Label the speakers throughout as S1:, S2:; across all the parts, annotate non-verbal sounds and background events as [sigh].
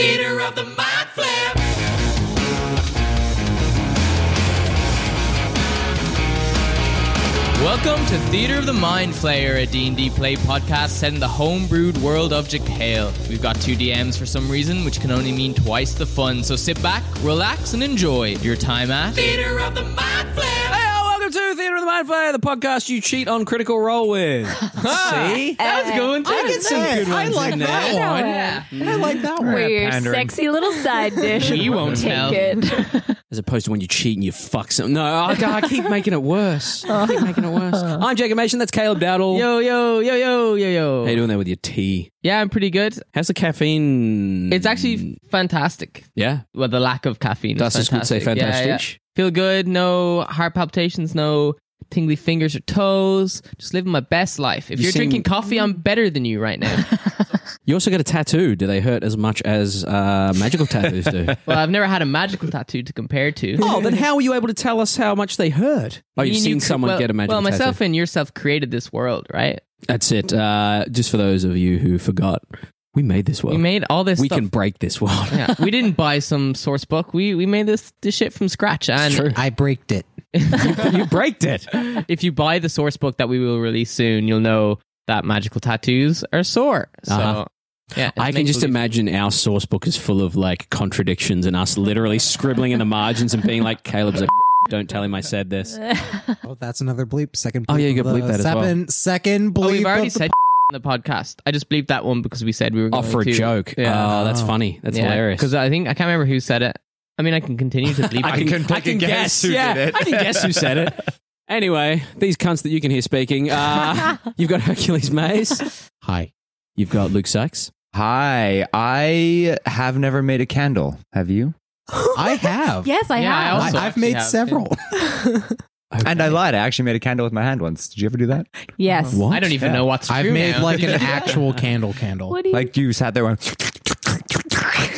S1: of the mind flip.
S2: Welcome to Theatre of the Mind Flayer, a D&D play podcast set in the homebrewed world of Jekyll. We've got two DMs for some reason, which can only mean twice the fun. So sit back, relax, and enjoy your time at...
S1: Theater of the mind flip.
S3: Hey, welcome to Theatre of the Mind Flyer, the podcast you cheat on critical role [laughs] with. See?
S2: That was a good one, too.
S3: Uh, I get some good ones in there. I like that one.
S4: We're your
S3: Pandering.
S4: sexy little side dish.
S2: We won't
S4: Take
S2: tell.
S4: it.
S3: As opposed to when you cheat and you fuck some. No, I, Oh, I keep making it worse. I keep making it worse. I'm Jacob Mason. That's Caleb Dowdle.
S2: Yo, yo, yo,
S3: How
S2: yo, yo,
S3: you
S2: yo.
S3: doing there with your tea?
S2: Yeah, I'm pretty good.
S3: How's the caffeine?
S2: It's actually fantastic.
S3: yeah.
S2: Well, the lack of caffeine
S3: That's
S2: is
S3: just would say
S2: fantastic. Yeah,
S3: fantastic.
S2: yeah. Feel good, no heart palpitations, no tingly fingers or toes. Just living my best life. If
S3: You
S2: you are
S3: seem-
S2: drinking coffee, I'm better than you right now.
S3: You also got a tattoo. Do they hurt as much as uh, magical tattoos do?
S2: [laughs] well, I've never had a magical tattoo to compare to.
S3: oh,
S2: [laughs]
S3: then how were you able to tell us how much they hurt? Oh,
S2: Me
S3: you've
S2: and
S3: seen
S2: you cre-
S3: someone
S2: well,
S3: get a magical
S2: Well,
S3: tattoo.
S2: myself and yourself created this world, right?
S3: That's it. Uh, just for those of you who forgot, we made this world.
S2: we made all this
S3: we
S2: stuff.
S3: can break this world. [laughs]
S2: yeah, we didn't buy some source book. We we made this this shit from scratch. And
S3: true.
S5: I braked it.
S3: you
S2: [laughs]
S3: braked it.
S2: if you buy the source book that we will release soon, you'll know that magical tattoos are sore. So
S3: Uh-huh.
S2: yeah, [laughs] it's
S3: I can
S2: make
S3: just
S2: believe.
S3: imagine our source book is full of like contradictions and us literally scribbling in the margins and being like, Caleb's a [laughs] don't tell him [laughs] I said this.
S5: Oh, that's another bleep. Second.
S3: Oh, yeah, you
S5: of
S3: gotta
S5: the
S3: bleep that as well.
S5: seven- Second bleep.
S2: Oh, we've already
S5: of the-
S2: said on the podcast. I just bleeped that one because we said we were
S3: Oh,
S2: going
S3: for a
S2: to.
S3: joke.
S2: Yeah.
S3: Oh, that's funny. That's hilarious.
S2: Because I think I can't remember who said it. I mean, I can
S3: [laughs]
S2: continue to bleep.
S3: I can, I can guess, who yeah, did it. I can guess who said [laughs]
S2: [laughs]
S3: it. Anyway, these cunts that you can hear speaking. [laughs] Uh, you've got Hercules Mays.
S5: Hi.
S3: You've got Luke Sykes.
S6: Hi, I have never made a candle. Have you?
S5: [gasps] I have.
S4: yes, I
S2: Yeah, I
S4: have.
S2: also-
S5: I, have
S2: actually
S5: made
S2: have,
S5: several. [laughs]
S6: And I lied. I actually made a candle with my hand once. Did you ever do that?
S4: yes.
S3: What?
S2: I don't even
S6: Yeah.
S2: know what's
S5: I've
S2: true
S5: made
S2: now. [laughs]
S5: like an actual candle candle.
S4: What do you?
S6: Like you sat there and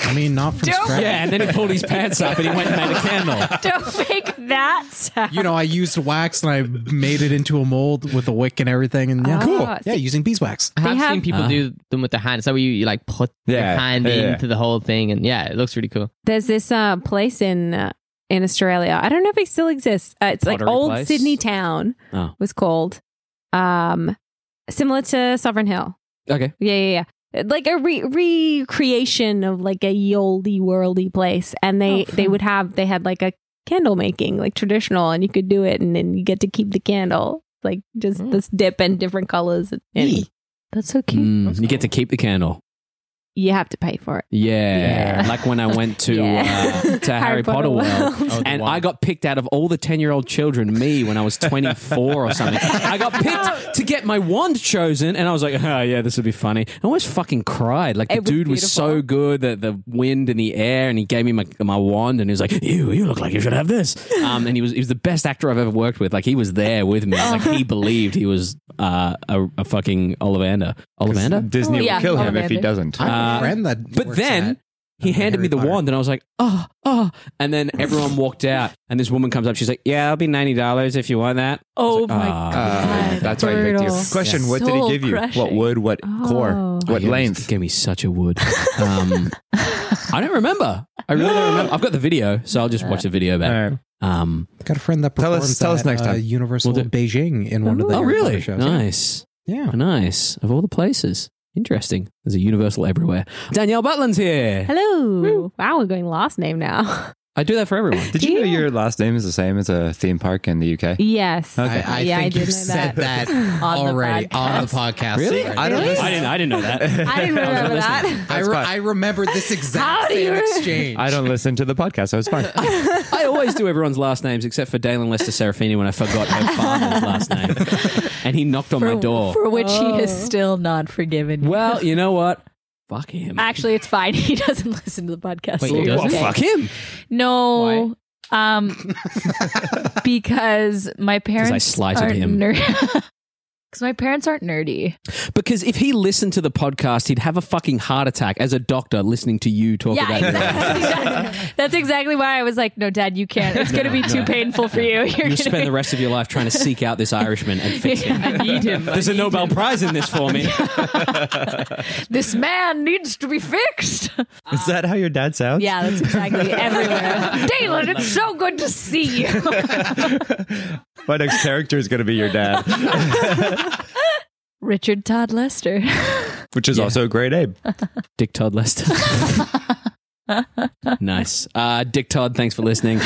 S5: I mean, not from scratch.
S3: Yeah, and then he pulled his pants up and he went and made a [laughs] candle.
S4: don't [laughs] make that sound.
S5: You know, I used wax and I made it into a mold with a wick and everything. And yeah,
S4: Ah,
S5: cool.
S4: see-
S5: Yeah, using beeswax.
S2: I have,
S4: They
S2: seen
S4: have-
S2: people
S3: Uh-huh.
S2: do them with their hand. Is that where you, you like put
S6: Yeah,
S2: your hand
S6: yeah, yeah.
S2: into the whole thing? And yeah, it looks really cool.
S4: There's this uh, place in uh, in Australia. I don't know if it still exists. Uh, it's like
S3: Pottery
S4: Old
S3: place?
S4: Sydney Town
S3: Oh.
S4: was called, um, similar to Sovereign Hill.
S3: Okay.
S4: Yeah, yeah, yeah. Uh, Like a re- recreation of like a ye olde worldy place, and they
S2: Oh,
S4: they
S2: fun.
S4: would have they had like a candle making like traditional, and you could do it, and then you get to keep the candle like just
S2: Mm.
S4: this dip in different colors. And
S5: Eee.
S4: that's so cute.
S3: Mm, you get to keep the candle.
S4: You have to pay for it.
S3: Yeah.
S4: Yeah.
S3: Like when I went to
S4: Yeah.
S3: uh, to Harry Potter World.
S2: Oh,
S3: And
S2: wow.
S3: I got picked out of all the 10 year old children, me, when I was 24 or something. I got picked to get my wand chosen, and I was like, oh, yeah, this would be funny. I almost fucking cried. Like, the
S4: It was
S3: dude was
S4: beautiful.
S3: so good that the wind and the air, and he gave me my, my wand, and he was like, ew, you look like you should have this. Um, and he was, he was the best actor I've ever worked with. Like, he was there with me. Like, he believed he was uh, a, a fucking Ollivander. Ollivander?
S6: Disney
S4: Oh, yeah,
S6: will kill him if he
S4: Ollivander.
S6: doesn't.
S5: I
S3: Uh,
S5: have a friend that.
S3: But
S5: works
S3: then.
S5: at-
S3: He
S5: Oh,
S3: handed
S5: Harry
S3: me the
S5: Potter.
S3: wand and I was like, oh, oh. And
S5: [laughs]
S3: then everyone walked out and this woman comes up. She's like, yeah, it'll be $90 if you want that.
S4: Oh
S3: my
S4: my
S3: God.
S4: god,
S6: Uh, that's why I picked you. Question: What did he give you? What wood? What core?
S4: Oh.
S6: What
S3: He gave me-
S6: length?
S3: Gave me such a wood.
S6: [laughs]
S3: Um, I don't remember. I really don't remember. I've got the video, so I'll just watch the video back.
S6: Alright.
S3: Um,
S5: Ah. Got a friend that
S6: Tell us-
S5: performs
S6: tell us
S5: at,
S6: next
S5: uh,
S6: time.
S5: Universal
S3: We'll do-
S5: Beijing in one of the.
S3: oh,
S5: Harry Potter
S3: really?
S5: Shows.
S3: Nice.
S5: Yeah.
S3: Nice. Of all the places. Interesting. There's a universal everywhere. Danielle Butland's here.
S4: Hello. Wow, we're going last
S7: [laughs]
S4: name now.
S3: I do that for everyone.
S6: Did you know
S4: Yeah.
S6: your last name is the same as a theme park in the UK?
S4: yes.
S6: Okay.
S5: I, I
S4: Yeah, I
S5: think
S4: did
S5: you've
S4: know
S5: said
S4: that. [laughs]
S5: that,
S4: On the
S5: already on the podcast.
S3: Really?
S5: already.
S6: I don't
S4: Really?
S6: listen.
S3: I didn't. I didn't know
S6: [laughs]
S3: that.
S4: I didn't
S3: wasn't
S4: remember
S3: listening.
S4: that.
S5: I,
S6: That's
S5: re-
S6: fine.
S5: I remember
S4: [laughs]
S5: this
S4: How
S5: exact
S4: do
S5: same
S4: you re-
S5: exchange.
S6: I don't listen to the podcast, so it's fine.
S3: [laughs] I always do everyone's last names except for Dalen Lester Serafini when I forgot her father's last name, and he knocked on my door.
S8: for which he
S4: Oh.
S8: has still not forgiven. you.
S3: well, you know
S9: [laughs]
S3: what? Fuck him.
S8: actually, it's fine. He doesn't listen to the podcast.
S2: Wait,
S8: so
S2: he
S8: you're
S3: well,
S2: doesn't?
S8: okay.
S3: fuck him.
S8: No,
S3: [laughs]
S8: um, because my
S3: I
S8: parents
S3: slighted
S8: are
S9: [laughs]
S3: him.
S8: ner-
S9: Because my parents aren't nerdy.
S3: Because if he listened to the podcast, he'd have a fucking heart attack as a doctor listening to you talk
S9: Yeah,
S3: about
S9: exactly. [laughs] That's, that's exactly why I was like, no, dad, you can't. It's going
S3: [laughs]
S9: to be too painful for you. You're
S3: You
S9: gonna
S3: spend the rest of your life trying to seek out this Irishman and
S9: [laughs]
S3: fix him.
S9: I need him.
S3: There's a Nobel Prize in this for me.
S9: [laughs] This man needs to be fixed.
S6: Is that how your dad sounds?
S9: Yeah, that's
S2: [laughs]
S9: exactly everywhere. Dalen, it's so good to see you.
S6: My next character is going to be your dad,
S9: [laughs] Richard Todd Lester.
S6: which is also a great name.
S3: [laughs] Dick Todd Lester. nice. Uh, Dick Todd, thanks for listening.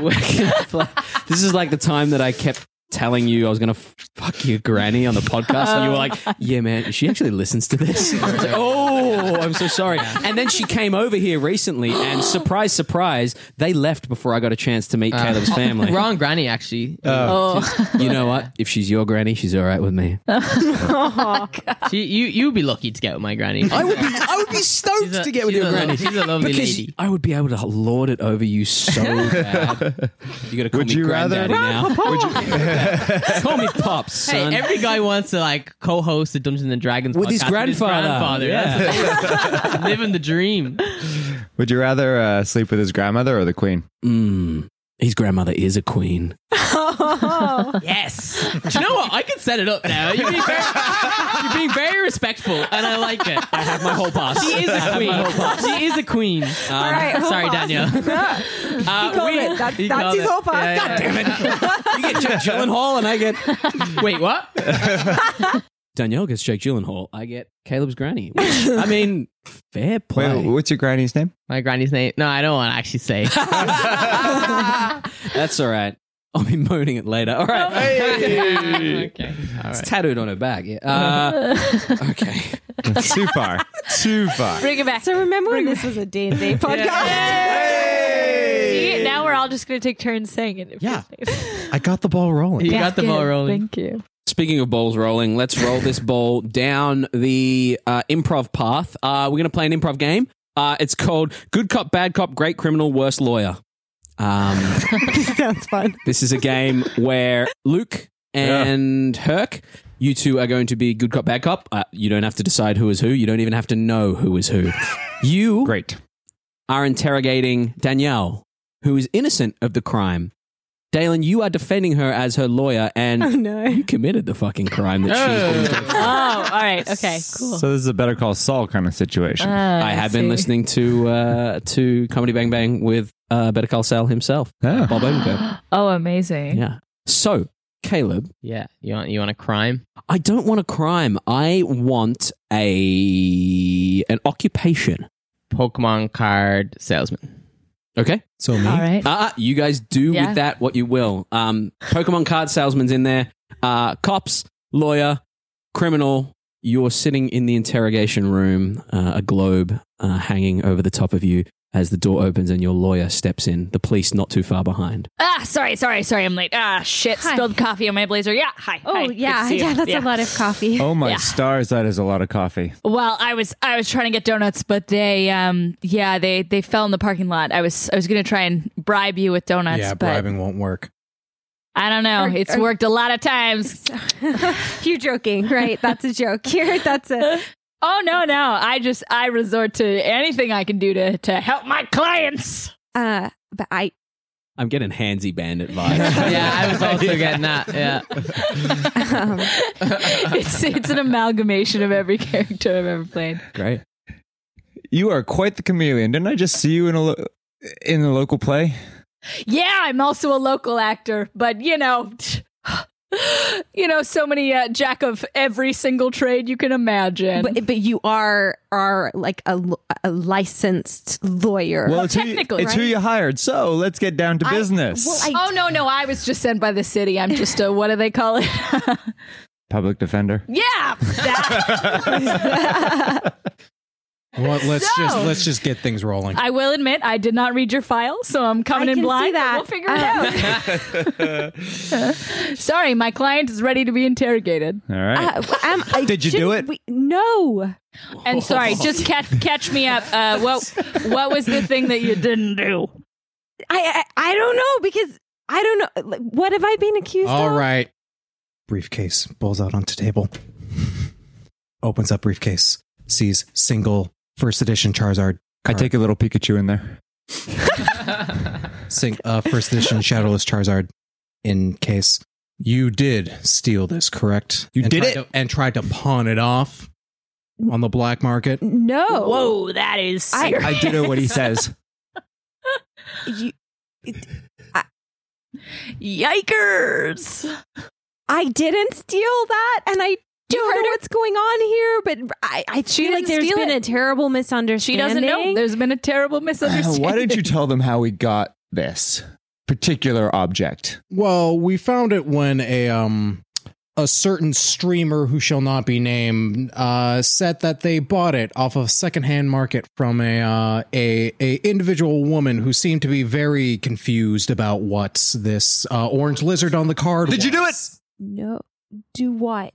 S3: We're gonna play- this is like the time that I kept telling you I was going to fuck your granny on the podcast. and you were like, yeah, man, she actually listens to this. I was like, oh, I'm so sorry. And then she came over here recently and surprise, surprise, they left before I got a chance to meet
S2: [laughs]
S3: Caleb's family.
S2: Uh.
S3: Uh,
S2: Wrong granny, actually.
S9: Oh,
S3: [laughs] You know what? If she's your granny, she's all right with me.
S2: [laughs] She, you, you'd be lucky to get with my granny.
S3: I would be, I would be stoked
S2: She's a-
S3: to get with
S2: she's
S3: your
S2: a lo-
S3: granny.
S2: She's a lovely
S3: because
S2: lady.
S3: I would be able to lord it over you
S6: [laughs]
S3: so bad. You got to call
S6: Would
S3: me
S6: you rather-
S3: granddaddy now.
S6: Would you-
S3: call me pops, son.
S2: Hey, every guy wants to like co-host the Dungeons and Dragons
S3: With
S2: podcast
S3: his grandfather.
S2: That's [laughs] living the dream.
S6: would you rather uh, sleep with his grandmother or the queen?
S3: Mm, his grandmother is a queen.
S6: [laughs]
S2: Yes. Do you know what? I could set it up now. You're being very, you're being very respectful, and I like it.
S3: I have my whole pass.
S2: She is a queen. She is a queen. Um,
S3: All
S7: right, hold
S2: sorry,
S7: on. [laughs]
S2: Danielle. Uh,
S7: called it. That-
S2: he
S7: that's
S2: called
S7: his
S2: it.
S7: whole pass.
S2: [laughs] Yeah,
S7: God
S2: yeah, yeah.
S3: You get Jake Gyllenhaal, and I get
S2: Wait, what?
S3: Danielle gets Jake Gyllenhaal. I get Caleb's granny. Which, I mean, fair play.
S6: [laughs] Wait, what's your granny's name?
S2: My granny's name? No, I don't want to actually say.
S3: [laughs] That's all right. I'll be moaning it later. All right. [laughs]
S2: okay. All
S3: It's
S2: right.
S3: tattooed on her back. Yeah.
S2: [laughs]
S3: Uh, okay.
S6: Too far. Too far.
S9: bring it back.
S7: So remember when this was a D
S6: [laughs]
S7: and D podcast?
S9: See, now we're all just going to take turns saying it.
S5: Yeah. I got the ball rolling.
S2: You got the ball rolling.
S9: Thank you.
S3: Speaking of balls rolling, let's roll
S2: [laughs]
S3: this ball down the uh, improv path. Uh, we're going to play an improv game. Uh, it's called Good Cop, Bad Cop, Great Criminal, Worst Lawyer. Um,
S7: [laughs] Sounds fun.
S3: this is a game where Luke and Herc, you two are going to be good cop, bad cop. Uh, you don't have to decide who is who. You don't even have to know who
S6: [laughs]
S3: is who. You
S6: Great.
S3: are interrogating Danielle, who is innocent of the crime. Dalen, you are defending her as her lawyer, and
S7: [laughs] Oh no.
S3: you committed the fucking crime that she's been
S9: Oh, all right. Okay, cool.
S6: So this is a Better Call Saul kind of situation.
S7: Ah,
S3: I have been listening to uh, to Comedy Bang Bang with uh, Better Call Saul himself,
S6: Oh.
S3: Bob
S7: [gasps]
S3: Odenkirk. [laughs]
S9: Oh, amazing.
S3: Yeah. So, Caleb,
S2: Yeah. You want you want a crime?
S3: I don't want a crime. I want a an occupation.
S2: Pokemon card salesman.
S3: Okay.
S5: So me.
S9: All right.
S3: Uh, you guys do
S9: Yeah.
S3: with that what you will. Um, Pokemon card salesman's in there. Uh, cops, lawyer, criminal. You're sitting in the interrogation room, uh, a globe uh, hanging over the top of you as the door opens and your lawyer steps in, the police not too far behind.
S9: Ah, sorry, sorry, sorry. I'm late. Ah, shit.
S7: Hi.
S9: Spilled coffee on my blazer. Yeah. Hi. hi,
S7: Oh
S9: good to
S7: yeah,
S9: see you.
S7: yeah. That's a lot of coffee.
S6: Oh my
S9: Yeah.
S6: stars, that is a lot of coffee.
S9: Well, I was I was trying to get donuts, but they um yeah they they fell in the parking lot. I was I was gonna try and bribe you with donuts,
S5: yeah,
S9: but
S5: bribing won't work.
S9: I don't know.
S7: Are-
S9: it's
S7: are-
S9: worked a lot of times.
S7: [laughs] You're joking, right? That's a joke. [laughs] Here, that's a.
S9: Oh no, no! I just I resort to anything I can do to to help my clients.
S7: Uh, but I,
S3: I'm getting handsy bandit vibes.
S2: [laughs] yeah, I was also getting that. Yeah.
S7: um,
S9: [laughs] it's it's an amalgamation of every [laughs] character I've ever played.
S3: Great.
S6: You are quite the chameleon. Didn't I just see you in a lo- in a local play?
S9: Yeah, I'm also a local actor, but you know. [sighs] You know, so many uh, jack of every single trade you can imagine.
S7: but but you are are like a, l- a licensed lawyer.
S6: it's who
S9: technically,
S6: you, it's who
S9: right?
S6: you hired. So let's get down to
S7: I-
S6: business.
S7: well, I-
S9: Oh no, no, I was just sent by the city. I'm just a what do they call it? [laughs]
S6: Public
S7: [laughs]
S6: defender. [laughs]
S9: yeah. that.
S5: Well, let's
S9: [laughs] So-
S5: just let's just get things rolling.
S9: I will admit I did not read your file, so I'm coming
S7: I
S9: in
S7: can see
S9: blind. but
S7: that.
S9: We'll figure it out. [laughs] Sorry, my client is ready to be interrogated.
S6: All right.
S7: Uh, um, I
S6: Did you do
S7: shouldn't
S6: it?
S7: we- no.
S9: And sorry, just catch catch me up. Uh, what what was the thing that you didn't do?
S7: I, I I don't know because I don't know. Like, What have I been accused
S5: All
S7: of?
S5: right. briefcase, bowls out onto table, [laughs] opens up briefcase, sees single first edition Charizard.
S6: I take a little Pikachu in there.
S5: Sing, uh, first edition Shadowless Charizard in case. You did steal this, correct?
S6: You
S5: And
S6: did
S5: tried
S6: it?
S5: to- and tried to pawn it off on the black market.
S9: Mm-hmm.
S7: No.
S9: Whoa, that is
S7: I-
S9: serious.
S6: I ditto what he says.
S7: You,
S9: [laughs] Yikers!
S7: I didn't steal that, and I don't know what's going on here. But I, I
S4: feel like there's been a terrible
S9: She
S4: misunderstanding.
S9: doesn't know. There's been a terrible
S6: Uh, [laughs]
S9: misunderstanding.
S6: why
S7: [laughs]
S6: didn't you tell them how we got this particular object?
S5: Well, we found it when a um a certain streamer who shall not be named uh, said that they bought it off of secondhand market from a uh, a a individual woman who seemed to be very confused about what this uh, orange lizard on the card.
S6: Did you do it?
S7: no. Do what?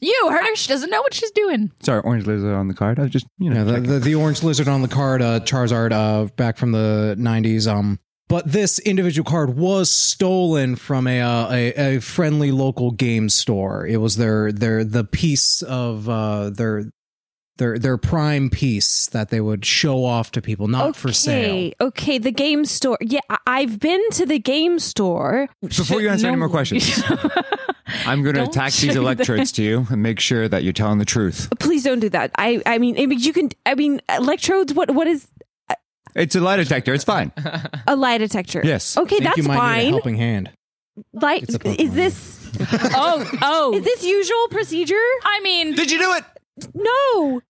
S9: You heard her. She doesn't know what she's doing.
S6: Sorry, orange lizard on the card. I was just, you
S5: Yeah,
S6: know,
S5: the,
S6: checking.
S5: the, the orange lizard on the card, uh, Charizard, uh, back from the '90s. Um, but this individual card was stolen from a, uh, a a friendly local game store. It was their their the piece of uh, their their their prime piece that they would show off to people, not for sale.
S4: Okay, okay, the game store. Yeah, I- I've been to the game store.
S6: Before you answer any more questions, I'm going to
S9: Don't
S6: attack
S9: say
S6: these
S9: that.
S6: electrodes to you and make sure that you're telling the truth.
S4: Please don't do that. I I mean, I mean, you can I mean, electrodes what what is
S6: It's a lie detector. It's fine.
S4: a lie detector?
S6: Yes.
S4: Okay,
S5: Think you
S4: that's
S5: might need a
S4: fine.
S5: helping hand.
S4: Like
S5: It's a Pokemon
S4: is
S5: game.
S4: this
S9: Oh, oh.
S4: is this usual procedure?
S9: I mean,
S6: Did you do it?
S4: No.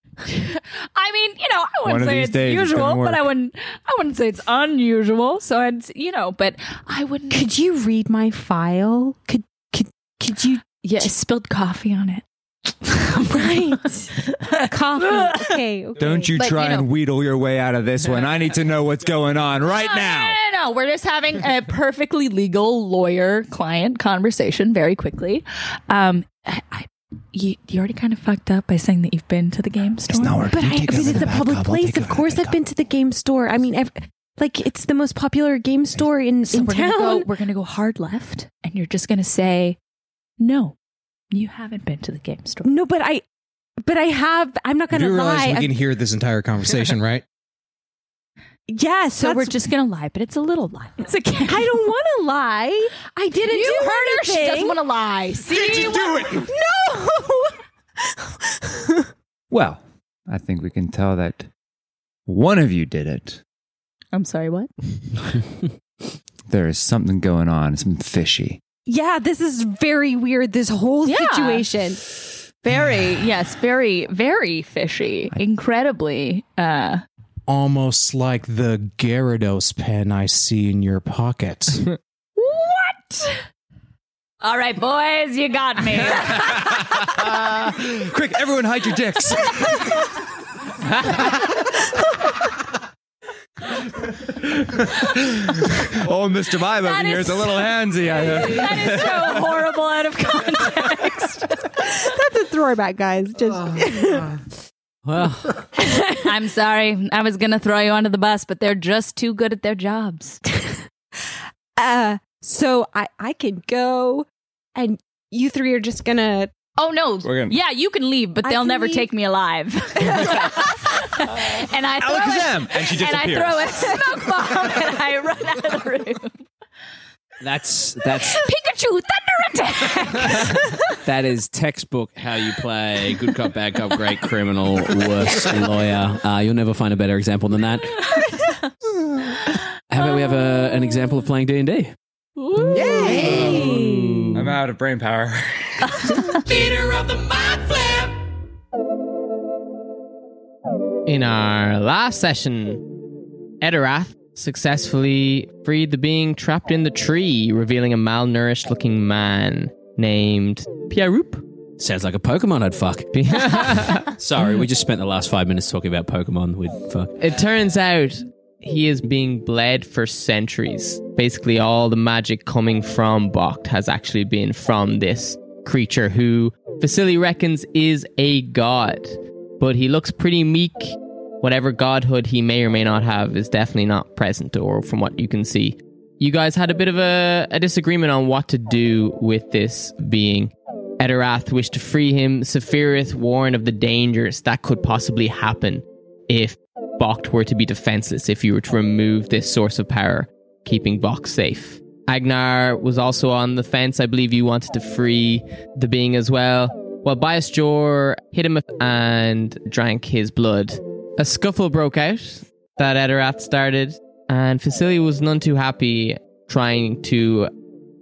S9: I mean, you know, I
S6: One
S9: wouldn't
S6: of
S9: say
S6: these
S9: it's
S6: days it's
S9: usual,
S6: gonna
S9: but
S6: work.
S9: I wouldn't. I wouldn't say it's unusual. So I'd, you know, but I wouldn't.
S7: Could you read my file? Could could could you?
S9: Yeah, I spilled coffee on it.
S7: [laughs] Right. Coffee.
S9: [laughs]
S7: Okay. okay.
S6: Don't you
S9: But,
S6: try
S9: you know-
S6: and wheedle your way out of this one. I need to know what's going on right
S9: No,
S6: now.
S9: [laughs] No, no, no, We're just having a
S6: [laughs]
S9: perfectly legal lawyer client conversation [laughs] very quickly. Um, I, I, you, you already kind of fucked up by saying that you've been to the game store.
S7: But I, I mean, it's a public place. Of course, I've been to the game store. I mean, ev like it's the most popular game store in,
S9: So
S7: in
S9: we're gonna
S7: town.
S9: go. We're gonna go hard left, and you're just gonna say, "No, you haven't been to the game store."
S7: No, but I, but I have. I'm [laughs] not
S5: You
S7: gonna
S5: do realize
S7: lie.
S5: we
S7: I-
S5: can hear this entire
S7: [laughs]
S5: conversation, right?
S7: yeah.
S9: So
S7: that's-
S9: we're just gonna lie, but it's a little lie. It's a game.
S7: I don't want to lie. I didn't
S9: you
S7: do
S9: heard her. She
S7: anything.
S9: doesn't want to lie. See?
S6: Did you do it?
S7: no.
S6: Well, I think we can tell that one of you did it.
S9: I'm sorry. What?
S6: There is something going on, some fishy.
S7: yeah, this
S4: [laughs]
S7: is very weird. This whole
S9: Yeah.
S7: situation.
S9: Very yes. Very very fishy. Incredibly. Uh,
S5: Almost like the Gyarados pen I see in your pocket.
S6: [laughs]
S9: what? All right, boys, you got me.
S6: Quick, everyone hide your [laughs]
S9: [laughs]
S6: dicks. oh, Mr. Vibe over
S9: That
S6: here
S9: is-
S6: is a little handsy. I
S9: that is so horrible out
S6: [laughs]
S9: of context.
S8: [laughs]
S7: That's a throwback, guys. Just [laughs]
S3: Well,
S9: [laughs] I'm sorry. I was gonna throw you under the bus, but they're just too good at their jobs.
S7: [laughs] uh. So I I can go, and you three are just gonna.
S9: Oh no!
S6: We're gonna-
S9: yeah, you can leave, but
S7: I
S9: they'll
S7: can
S9: never
S7: leave.
S9: take me
S7: [laughs]
S9: alive. [laughs] and I throw
S6: Alakazam! And she
S9: a, and I
S6: disappears.
S9: throw a smoke bomb [laughs] and I run out of the room.
S3: that's that's
S9: [gasps] Pikachu, thunder attack!
S3: that is textbook how you play good cop, bad cop, great criminal, worst lawyer. Uh, you'll never find a better example than that. How about we have a, an example of playing D and D?
S6: I'm out of brain power.
S10: Theater of the Mind Flip.
S2: In our last session, Edorath successfully freed the being trapped in the tree, revealing a malnourished looking man named Pierroop.
S3: Sounds like a Pokemon I'd fuck. [laughs] Sorry, we just spent the last five minutes talking about Pokemon. We'd fuck.
S2: It turns out he is being bled for centuries. Basically, all the magic coming from Bokt has actually been from this creature who Vasily reckons is a god. But he looks pretty meek. Whatever godhood he may or may not have is definitely not present, or from what you can see. you guys had a bit of a, a disagreement on what to do with this being. Edorath wished to free him. Sephiroth warned of the dangers that could possibly happen if Bokt were to be defenseless, if you were to remove this source of power, keeping Bokt safe. Agnar was also on the fence. I believe you wanted to free the being as well. Well, Bias Jor hit him and drank his blood. A scuffle broke out that Edorath started, and Facilia was none too happy trying to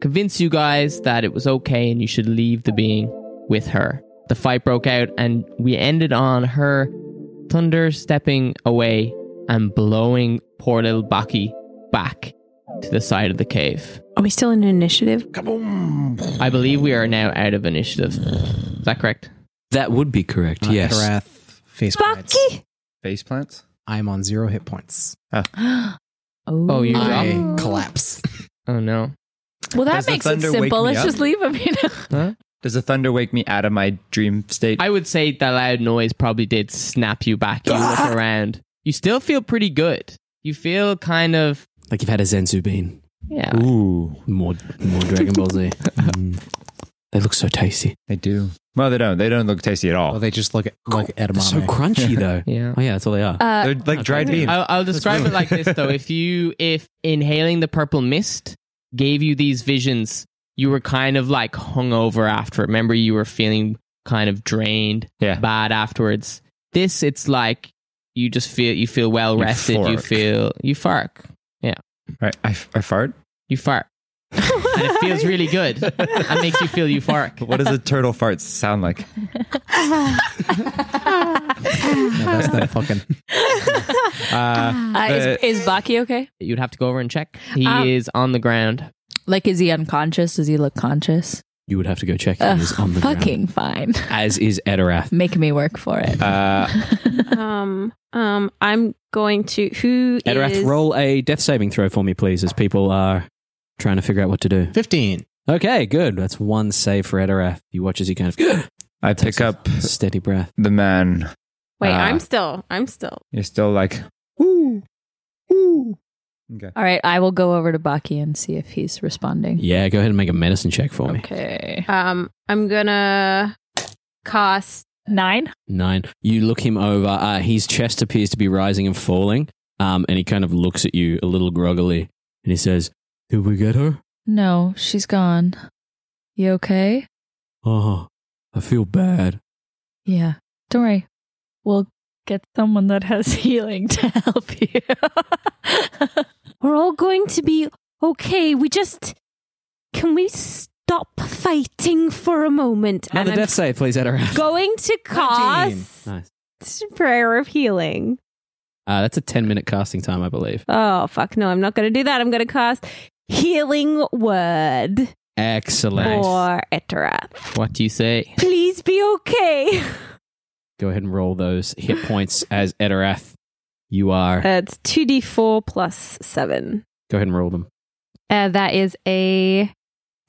S2: convince you guys that it was okay and you should leave the being with her. The fight broke out, and we ended on her thunder stepping away and blowing poor little Baki back to the side of the cave.
S4: Are we still in initiative?
S2: I believe we are now out of initiative. Is that correct?
S3: That would be correct.
S5: Uh,
S3: yes.
S5: Edorath, face plants.
S9: [gasps]
S6: Face plants?
S5: I'm on zero hit points.
S8: oh,
S2: Oh, you dropped?
S5: I
S2: Oh.
S5: collapse.
S2: Oh no.
S8: Well, that
S6: Does the
S8: makes it
S6: thunder wake
S8: simple.
S6: me
S8: Let's
S6: up?
S8: just leave him. You know?
S7: [laughs]
S6: Does the thunder wake me out of my dream state?
S2: I would say that loud noise probably did snap you back. You
S6: [laughs]
S2: look around. You still feel pretty good. You feel kind of
S3: Like you've had a Zenzu bean.
S2: yeah.
S6: Ooh, Mm.
S3: More, more Dragon
S6: [laughs]
S3: Ball Z. They look so tasty.
S6: they do. Well, they don't. They don't look tasty at all.
S5: Well, they just look at like edamame.
S3: They're
S6: [laughs]
S3: so crunchy though.
S2: Yeah.
S3: Oh yeah, that's all they are.
S8: Uh,
S6: They're
S3: Oh,
S6: like dried beans.
S2: I'll, I'll describe it like this
S3: [laughs]
S2: though. If you if inhaling the purple mist gave you these visions, you were kind of like hungover after. Remember, you were feeling kind of drained,
S6: Yeah.
S2: bad afterwards. This, it's like you just feel you feel well rested. You
S6: Euphoric.
S2: feel euphoric.
S6: Right. I, f- I fart.
S2: You fart, and it feels really good. That makes you feel euphoric.
S6: What does
S2: [laughs]
S6: a turtle fart sound like?
S5: No, that's
S2: [laughs]
S5: that
S3: [laughs]
S5: fucking.
S6: Uh,
S3: Ah.
S8: uh,
S6: Uh,
S8: is, is Baki okay?
S2: You'd have to go over and check. He
S3: Uh,
S8: Um,
S2: is on the ground.
S8: Like, is he unconscious? Does he look conscious?
S3: you would have to go check. It
S8: Ugh,
S3: is on the
S8: fucking fine. [laughs]
S3: ground. As is Edorath.
S8: Make me work for it.
S6: uh,
S4: [laughs] um, um, I'm going to who is
S3: Edorath, roll a death saving throw for me, please, as people are trying to figure out what to do.
S5: 15.
S3: Okay, good. That's one save for Edorath. You watch as he kind of
S6: [gasps] I pick up
S3: steady breath.
S6: the man.
S4: Wait,
S5: Ah.
S6: Uh,
S4: I'm
S8: Oh,
S4: still, I'm still.
S6: You're still like, ooh, ooh. Okay.
S8: All right, I will go over to Baki and see if he's responding.
S3: Yeah, go ahead and make a medicine check for me.
S8: Okay.
S4: Um, I'm gonna cast.
S5: [laughs]
S8: Nine?
S3: Nine. You look him over. Uh, his chest appears to be rising and falling, um, and he kind of looks at you a little groggily, and he says, "Did we get her?
S8: No, she's gone. You okay?
S3: Oh, I feel bad.
S8: Yeah. Don't [laughs] worry. We'll get someone that
S9: [laughs]
S8: has healing to help you.
S7: We're all going to be okay. We just can we stop fighting for a moment? And
S3: Another
S7: I'm
S3: death save, please, Edorath.
S7: going to cast
S3: Nice.
S4: Prayer of healing.
S3: Uh, that's a ten-minute casting time, I believe.
S4: Oh fuck no, I'm not gonna do that. I'm gonna cast healing word
S3: Excellent.
S4: for Eterath.
S2: What do you say?
S7: Please be
S4: [laughs]
S7: okay.
S3: Go ahead and roll those hit points as Edorath. You are.
S4: Uh, it's two d four plus seven.
S3: Go ahead and roll them.
S4: Uh, that is a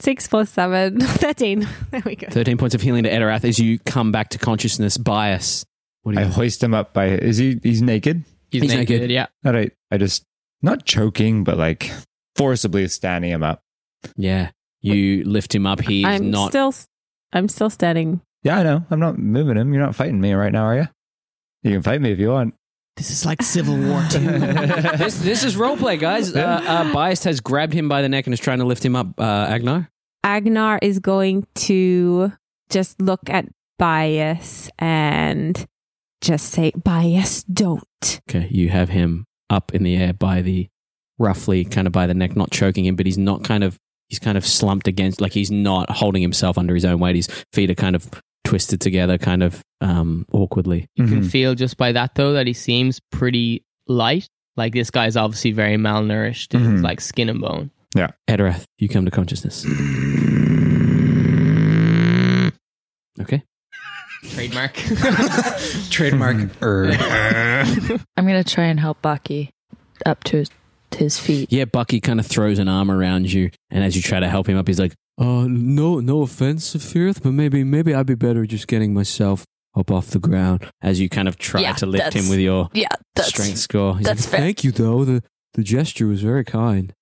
S4: six plus seven. [laughs] Thirteen. There we go.
S3: 13 points of healing to Edorath as you come back to consciousness bias. What do
S6: I
S3: you
S6: hoist him up by. Is he? He's naked.
S2: He's,
S3: He's naked.
S6: [laughs]
S2: Yeah.
S6: All right. I just not choking, but like forcibly standing him up.
S3: Yeah. You lift him up. He's
S4: I'm
S3: not.
S4: still. I'm still standing.
S6: Yeah, I know. I'm not moving him. You're not fighting me right now, are you? You can fight me if you want.
S2: This is like Civil War
S6: [laughs]
S3: this, this is roleplay, guys. Uh, uh, bias has grabbed him by the neck and is trying to lift him up, uh, Agnar.
S4: Agnar is going to just look at Bias and just say, Bias, don't.
S3: Okay. You have him up in the air by the roughly kind of by the neck, not choking him, but he's not kind of. He's kind of slumped against, like he's not holding himself under his own weight. His feet are kind of twisted together, kind of um, awkwardly.
S2: You can
S6: Mhm.
S2: feel just by that though that he seems pretty light. Like this guy's obviously very malnourished.
S6: Mhm.
S3: Mm-hmm.
S2: It's like skin and bone.
S3: Edorath, you come to consciousness.
S6: [laughs]
S3: Okay. [laughs]
S2: Trademark.
S5: Trademark. er.
S8: I'm going to try and help Baki up to his, to his feet.
S3: Yeah, Bucky kind of throws an arm around you, and as you try to help him up, he's like, "Uh, no, no offense, Sephiroth, but maybe, maybe I'd be better just getting myself up off the ground." As you kind of try
S8: Yeah,
S3: to lift
S8: that's-
S3: him with your
S8: Yeah,
S3: strength score, he's
S8: that's
S3: like,
S8: fair.
S3: "Thank you, though. The the gesture was very kind."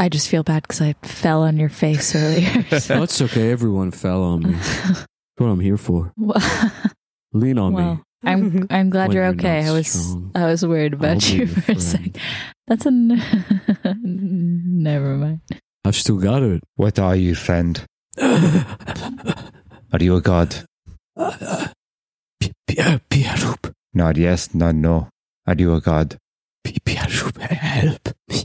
S8: I just feel bad because I fell on your face earlier. So.
S3: That's okay. Everyone fell on me. That's what I'm here for.
S8: well,
S3: Lean on me.
S8: well, [laughs] I'm I'm glad
S3: When
S8: you're
S3: you're
S8: okay.
S3: not
S8: I was
S3: strong,
S8: I was worried about
S3: I'll be
S8: you
S3: your
S8: for a
S3: friend.
S8: sec. That's a n- [laughs] never mind.
S3: I've still got it.
S6: What are you,
S3: [laughs]
S6: friend? Are you a god?
S3: Pi- pi- Pierup,
S6: Not yes, not no. Are you a god?
S3: Pi- Pierup, help me.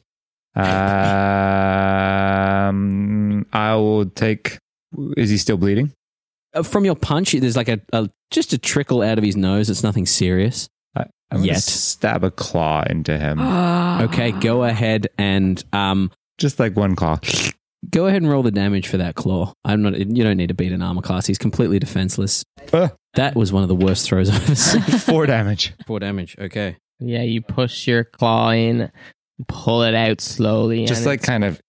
S6: Um, I will take. Is he still bleeding?
S3: Uh, From your punch, there's like a, a just a trickle out of his nose. It's nothing serious.
S6: I, I'm gonna
S3: Yet.
S6: stab a claw into him.
S3: Okay, go ahead and um,
S6: Just like one claw.
S3: go ahead and roll the damage for that claw. I'm not. You don't need to beat an armor class. He's completely defenseless.
S6: Uh.
S3: That was one of the worst throws I've ever seen.
S6: [laughs] Four damage.
S3: Four damage. Okay.
S2: Yeah, you push your claw in, pull it out slowly.
S6: Just
S2: and
S6: like
S2: it's-
S6: kind of.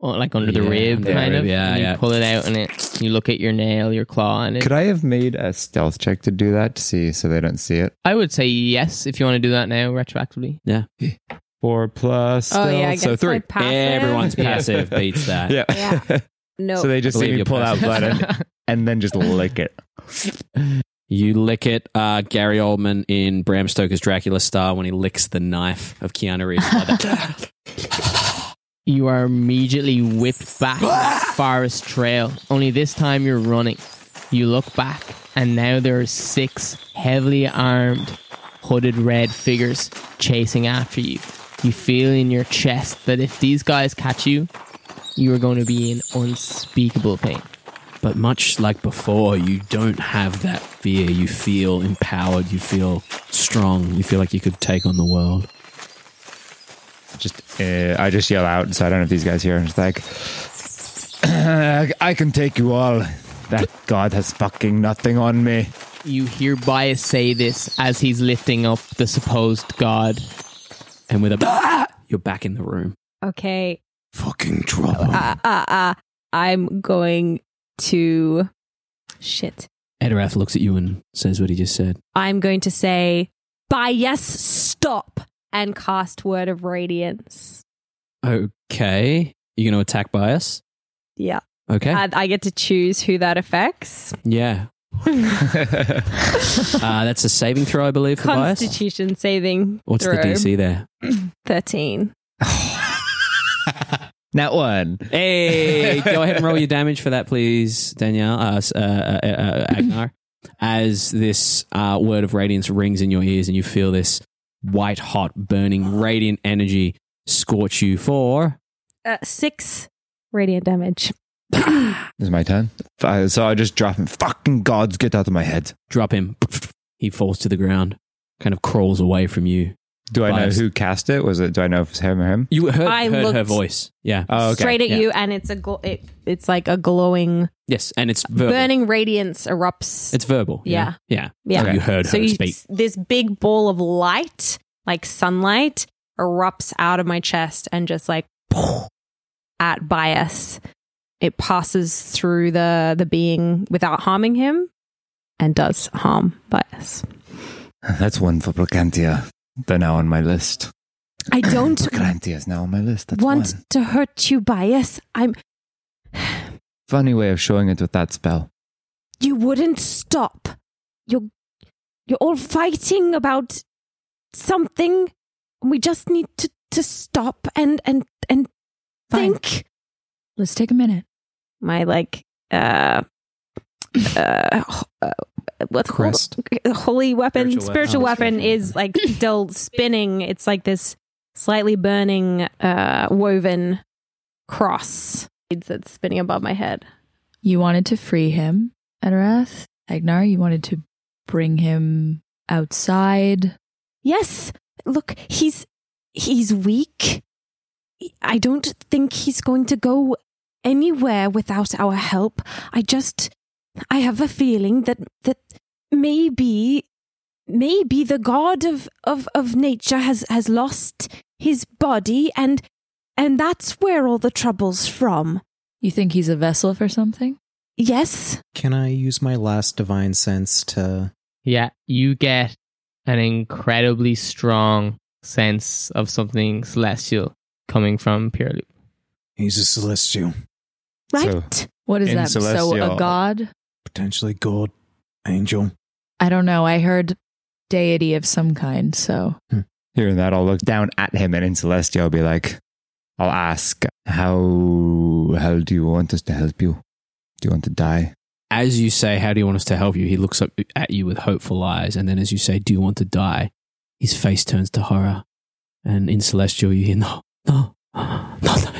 S2: oh, like under the
S3: Yeah,
S2: rib,
S3: under the
S2: kind
S3: rib,
S2: of.
S3: yeah,
S2: and
S3: yeah.
S2: You pull it out and it. You look at your nail, your claw, and it.
S6: Could I have made a stealth check to do that to see so they don't see it?
S2: I would say yes if you want to do that now retroactively.
S6: Four plus.
S4: Oh yeah, I
S6: stealth,
S4: guess
S6: so three.
S4: my passive-
S2: [laughs]
S3: Everyone's
S6: [laughs]
S2: Yeah.
S3: passive beats that.
S6: Yeah.
S4: Yeah. No.
S6: so they just
S3: Believe
S6: see me
S3: your
S6: pull out
S3: passive.
S6: blood and,
S3: [laughs]
S6: and then just lick it.
S3: You lick it, uh, Gary Oldman in Bram Stoker's Dracula Star when he licks the knife of Keanu Reeves. Like that.
S2: you are immediately whipped back to the forest trail. Only this time you're running. You look back, and now there are six heavily armed, hooded red figures chasing after you. You feel in your chest that if these guys catch you, you are going to be in unspeakable pain.
S3: but much like before, you don't have that fear. You feel empowered. You feel strong. You feel like you could take on the world.
S6: Just, uh, I just yell out, so I don't know if these guys hear. I'm just like, I can take you all. That god has fucking nothing on me.
S2: You hear Bias say this as he's lifting up the supposed god.
S3: And with
S6: Ah!
S3: a, you're back in the room.
S4: okay.
S5: Fucking trouble.
S4: Uh, uh, uh, I'm going to shit.
S3: Edorath looks at you and says what he just said.
S4: I'm going to say, by yes, stop, and cast Word of Radiance.
S3: Okay. You're going to attack bias?
S4: Yeah.
S3: Okay.
S4: And I get to choose who that affects.
S3: yeah. Uh, that's a saving throw, I believe, for bias.
S4: Constitution saving
S3: What's
S4: throw.
S3: the DC
S4: [clears throat]
S3: there?
S4: 13.
S6: Not one.
S3: Hey, go ahead and roll your damage for that, please, Danielle. Uh, s- uh, uh, uh, Agnar. As this uh, word of radiance rings in your ears, and you feel this white hot, burning, radiant energy scorch you for.
S4: Uh, 6 radiant damage.
S6: This is my turn. F- So I just drop him. Fucking gods, get out of my head.
S3: Drop him. He falls to the ground, kind of crawls away from you.
S6: Do I know
S3: Bias.
S6: who cast it? Was it? Do I know if it's him or him?
S3: You heard,
S4: I
S3: heard her
S4: looked-
S3: voice. Yeah.
S6: Oh, okay.
S4: Straight at
S3: yeah.
S4: you, and it's a gl- it, it's like a glowing,
S3: Yes, and it's verbal.
S4: burning radiance erupts.
S3: It's verbal.
S4: Yeah.
S3: Yeah.
S4: yeah.
S3: You heard
S4: So
S3: her
S4: you,
S3: speak.
S4: this big ball of light, like sunlight, erupts out of my chest and just like [laughs] at bias. It passes through the the being without harming him, and does harm bias.
S6: [laughs] That's one for Brocantia. They're now on my list. [clears throat]
S4: I don't
S6: Brocantia is now on my list. That's
S4: want
S6: one.
S4: to hurt you, bias. I'm.
S6: Funny way of showing it with that spell.
S7: You wouldn't stop. You're you're all fighting about something. And we just need to, to stop and and and
S8: Fine.
S7: think.
S8: Let's take a minute.
S4: my like uh uh, h- uh what hol-
S6: Crest.
S7: uh,
S4: holy weapon
S3: Spiritual
S4: spiritual,
S3: weapon. Oh,
S4: weapon
S3: spiritual
S4: is like still spinning it's like this slightly burning uh woven cross that's spinning above my head
S8: You wanted to free him, Edorath. Agnar, you wanted to bring him outside.
S7: Yes. Look, he's he's weak. I don't think he's going to go anywhere without our help. I just I have a feeling that that maybe maybe the god of of of nature has has lost his body and and that's where all the troubles from.
S8: You think he's a vessel for something?
S7: Yes.
S5: [laughs] Can I use my last divine sense to?
S2: Yeah, you get an incredibly strong sense of something celestial coming from Pierre
S5: He's a celestial,
S4: right?
S8: What is
S6: In
S8: that? So
S3: uh,
S6: Celestial. uh,
S8: a god?
S5: potentially god, angel.
S8: I don't know. I heard deity of some kind. So
S6: Hearing that, I'll look down at him and in Celestia, I'll be like, I'll ask, how hell do you want us to help you? Do you want to die?
S3: As you say, "How do you want us to help you?" He looks up at you with hopeful eyes, and then as you say, "Do you want to die?" His face turns to horror, and in celestial you hear, "No, no, no, no."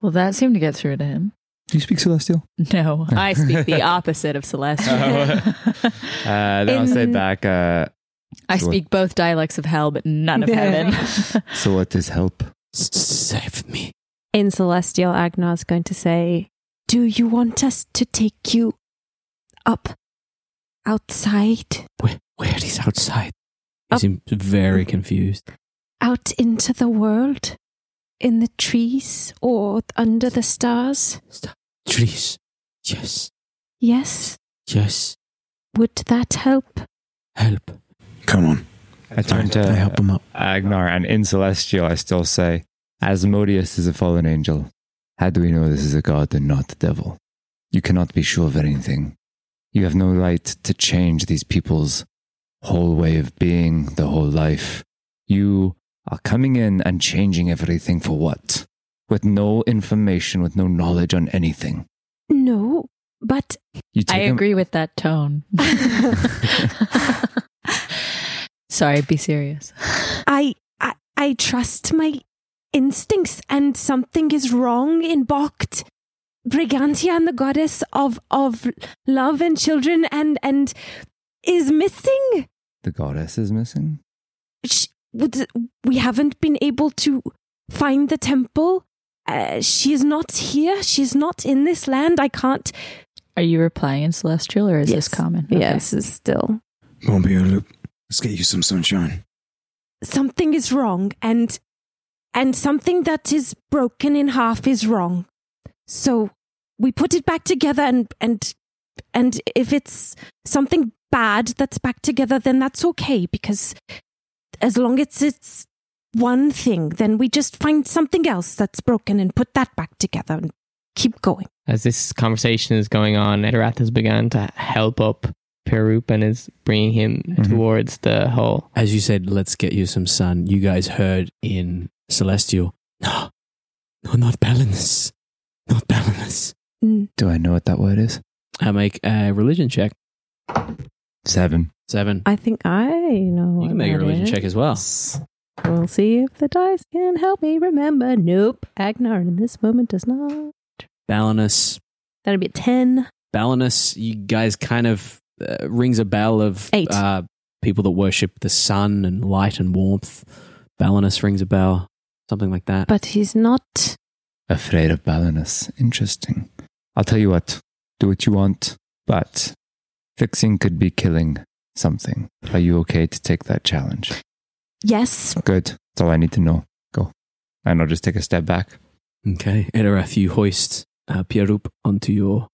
S8: well, that seemed to get through to him.
S6: Do you speak Celestial? [laughs]
S8: No, I speak the opposite of
S3: [laughs]
S8: Celestial. [laughs]
S6: Uh, then I'll say
S8: In-
S6: back, uh,
S8: I
S6: So what-
S8: speak both dialects of hell, but none of [laughs] heaven.
S6: so what is help?
S3: S- Save me.
S4: In Celestial, Agnar's going to say,
S7: Do you want us to take you up outside,
S3: Where, where is outside? He seems very confused.
S7: out into the world, in the trees or under the stars?
S3: Trees. Yes.
S7: Yes.
S3: Yes.
S7: Would that help?
S3: Help.
S5: Come on,
S6: I turn to
S5: I help him up.
S6: Agnar, and in Celestial, I still say, Asmodeus is a fallen angel. How do we know this is a god and not the devil? You cannot be sure of anything. You have no right to change these people's whole way of being, the whole life. You are coming in and changing everything for what? With no information, with no knowledge on anything.
S7: No, but
S6: You
S8: I
S6: take a-
S8: agree with that
S7: [laughs]
S8: tone. Sorry, be serious.
S7: I, I I trust my instincts and something is wrong in Bokt. Brigantia and the goddess of of love and children and and is missing.
S6: the goddess is missing.
S7: Sh would- we haven't been able to find the temple. Uh, she is not here. She's not in this land. I can't.
S8: [laughs] Are you replying in celestial or is
S4: Yes.
S8: this common?
S4: Yes, is still.
S5: Pompeo Loop, let's get you some sunshine.
S7: Something is wrong, and and something that is broken in half is wrong. So we put it back together, and and and if it's something bad that's back together, then that's okay because as long as it's one thing, then we just find something else that's broken and put that back together and keep going.
S2: As this conversation is going on, Edirath has begun to help up Perup and is bringing him
S6: Mhm.
S2: towards the hole.
S3: As you said, let's get you some sun. You guys heard in Celestial. No. No, not Balinus. Not Balinus.
S7: Mm.
S6: Do I know what that word is?
S3: I make a religion check.
S6: Seven.
S3: Seven.
S4: I think I know.
S3: You
S4: what
S3: can make a
S4: that
S3: religion
S4: is.
S3: check as well.
S4: We'll see if the dice can help me remember. Nope. Agnar in this moment does not.
S3: Balinus.
S4: That'd be a 10.
S3: Balinus, you guys kind of uh, rings a bell of
S4: Eight.
S3: Uh, people that worship the sun and light and warmth. Balinus rings a bell. Something like that.
S4: But he's not.
S6: afraid of Balinus. Interesting. I'll tell you what, do what you want, but fixing could be killing something. Are you okay to take that challenge?
S7: Yes,
S6: Good. That's all I need to know. Go. And I'll just take a step back.
S3: Okay, Edirath, you hoist uh, Pierup onto your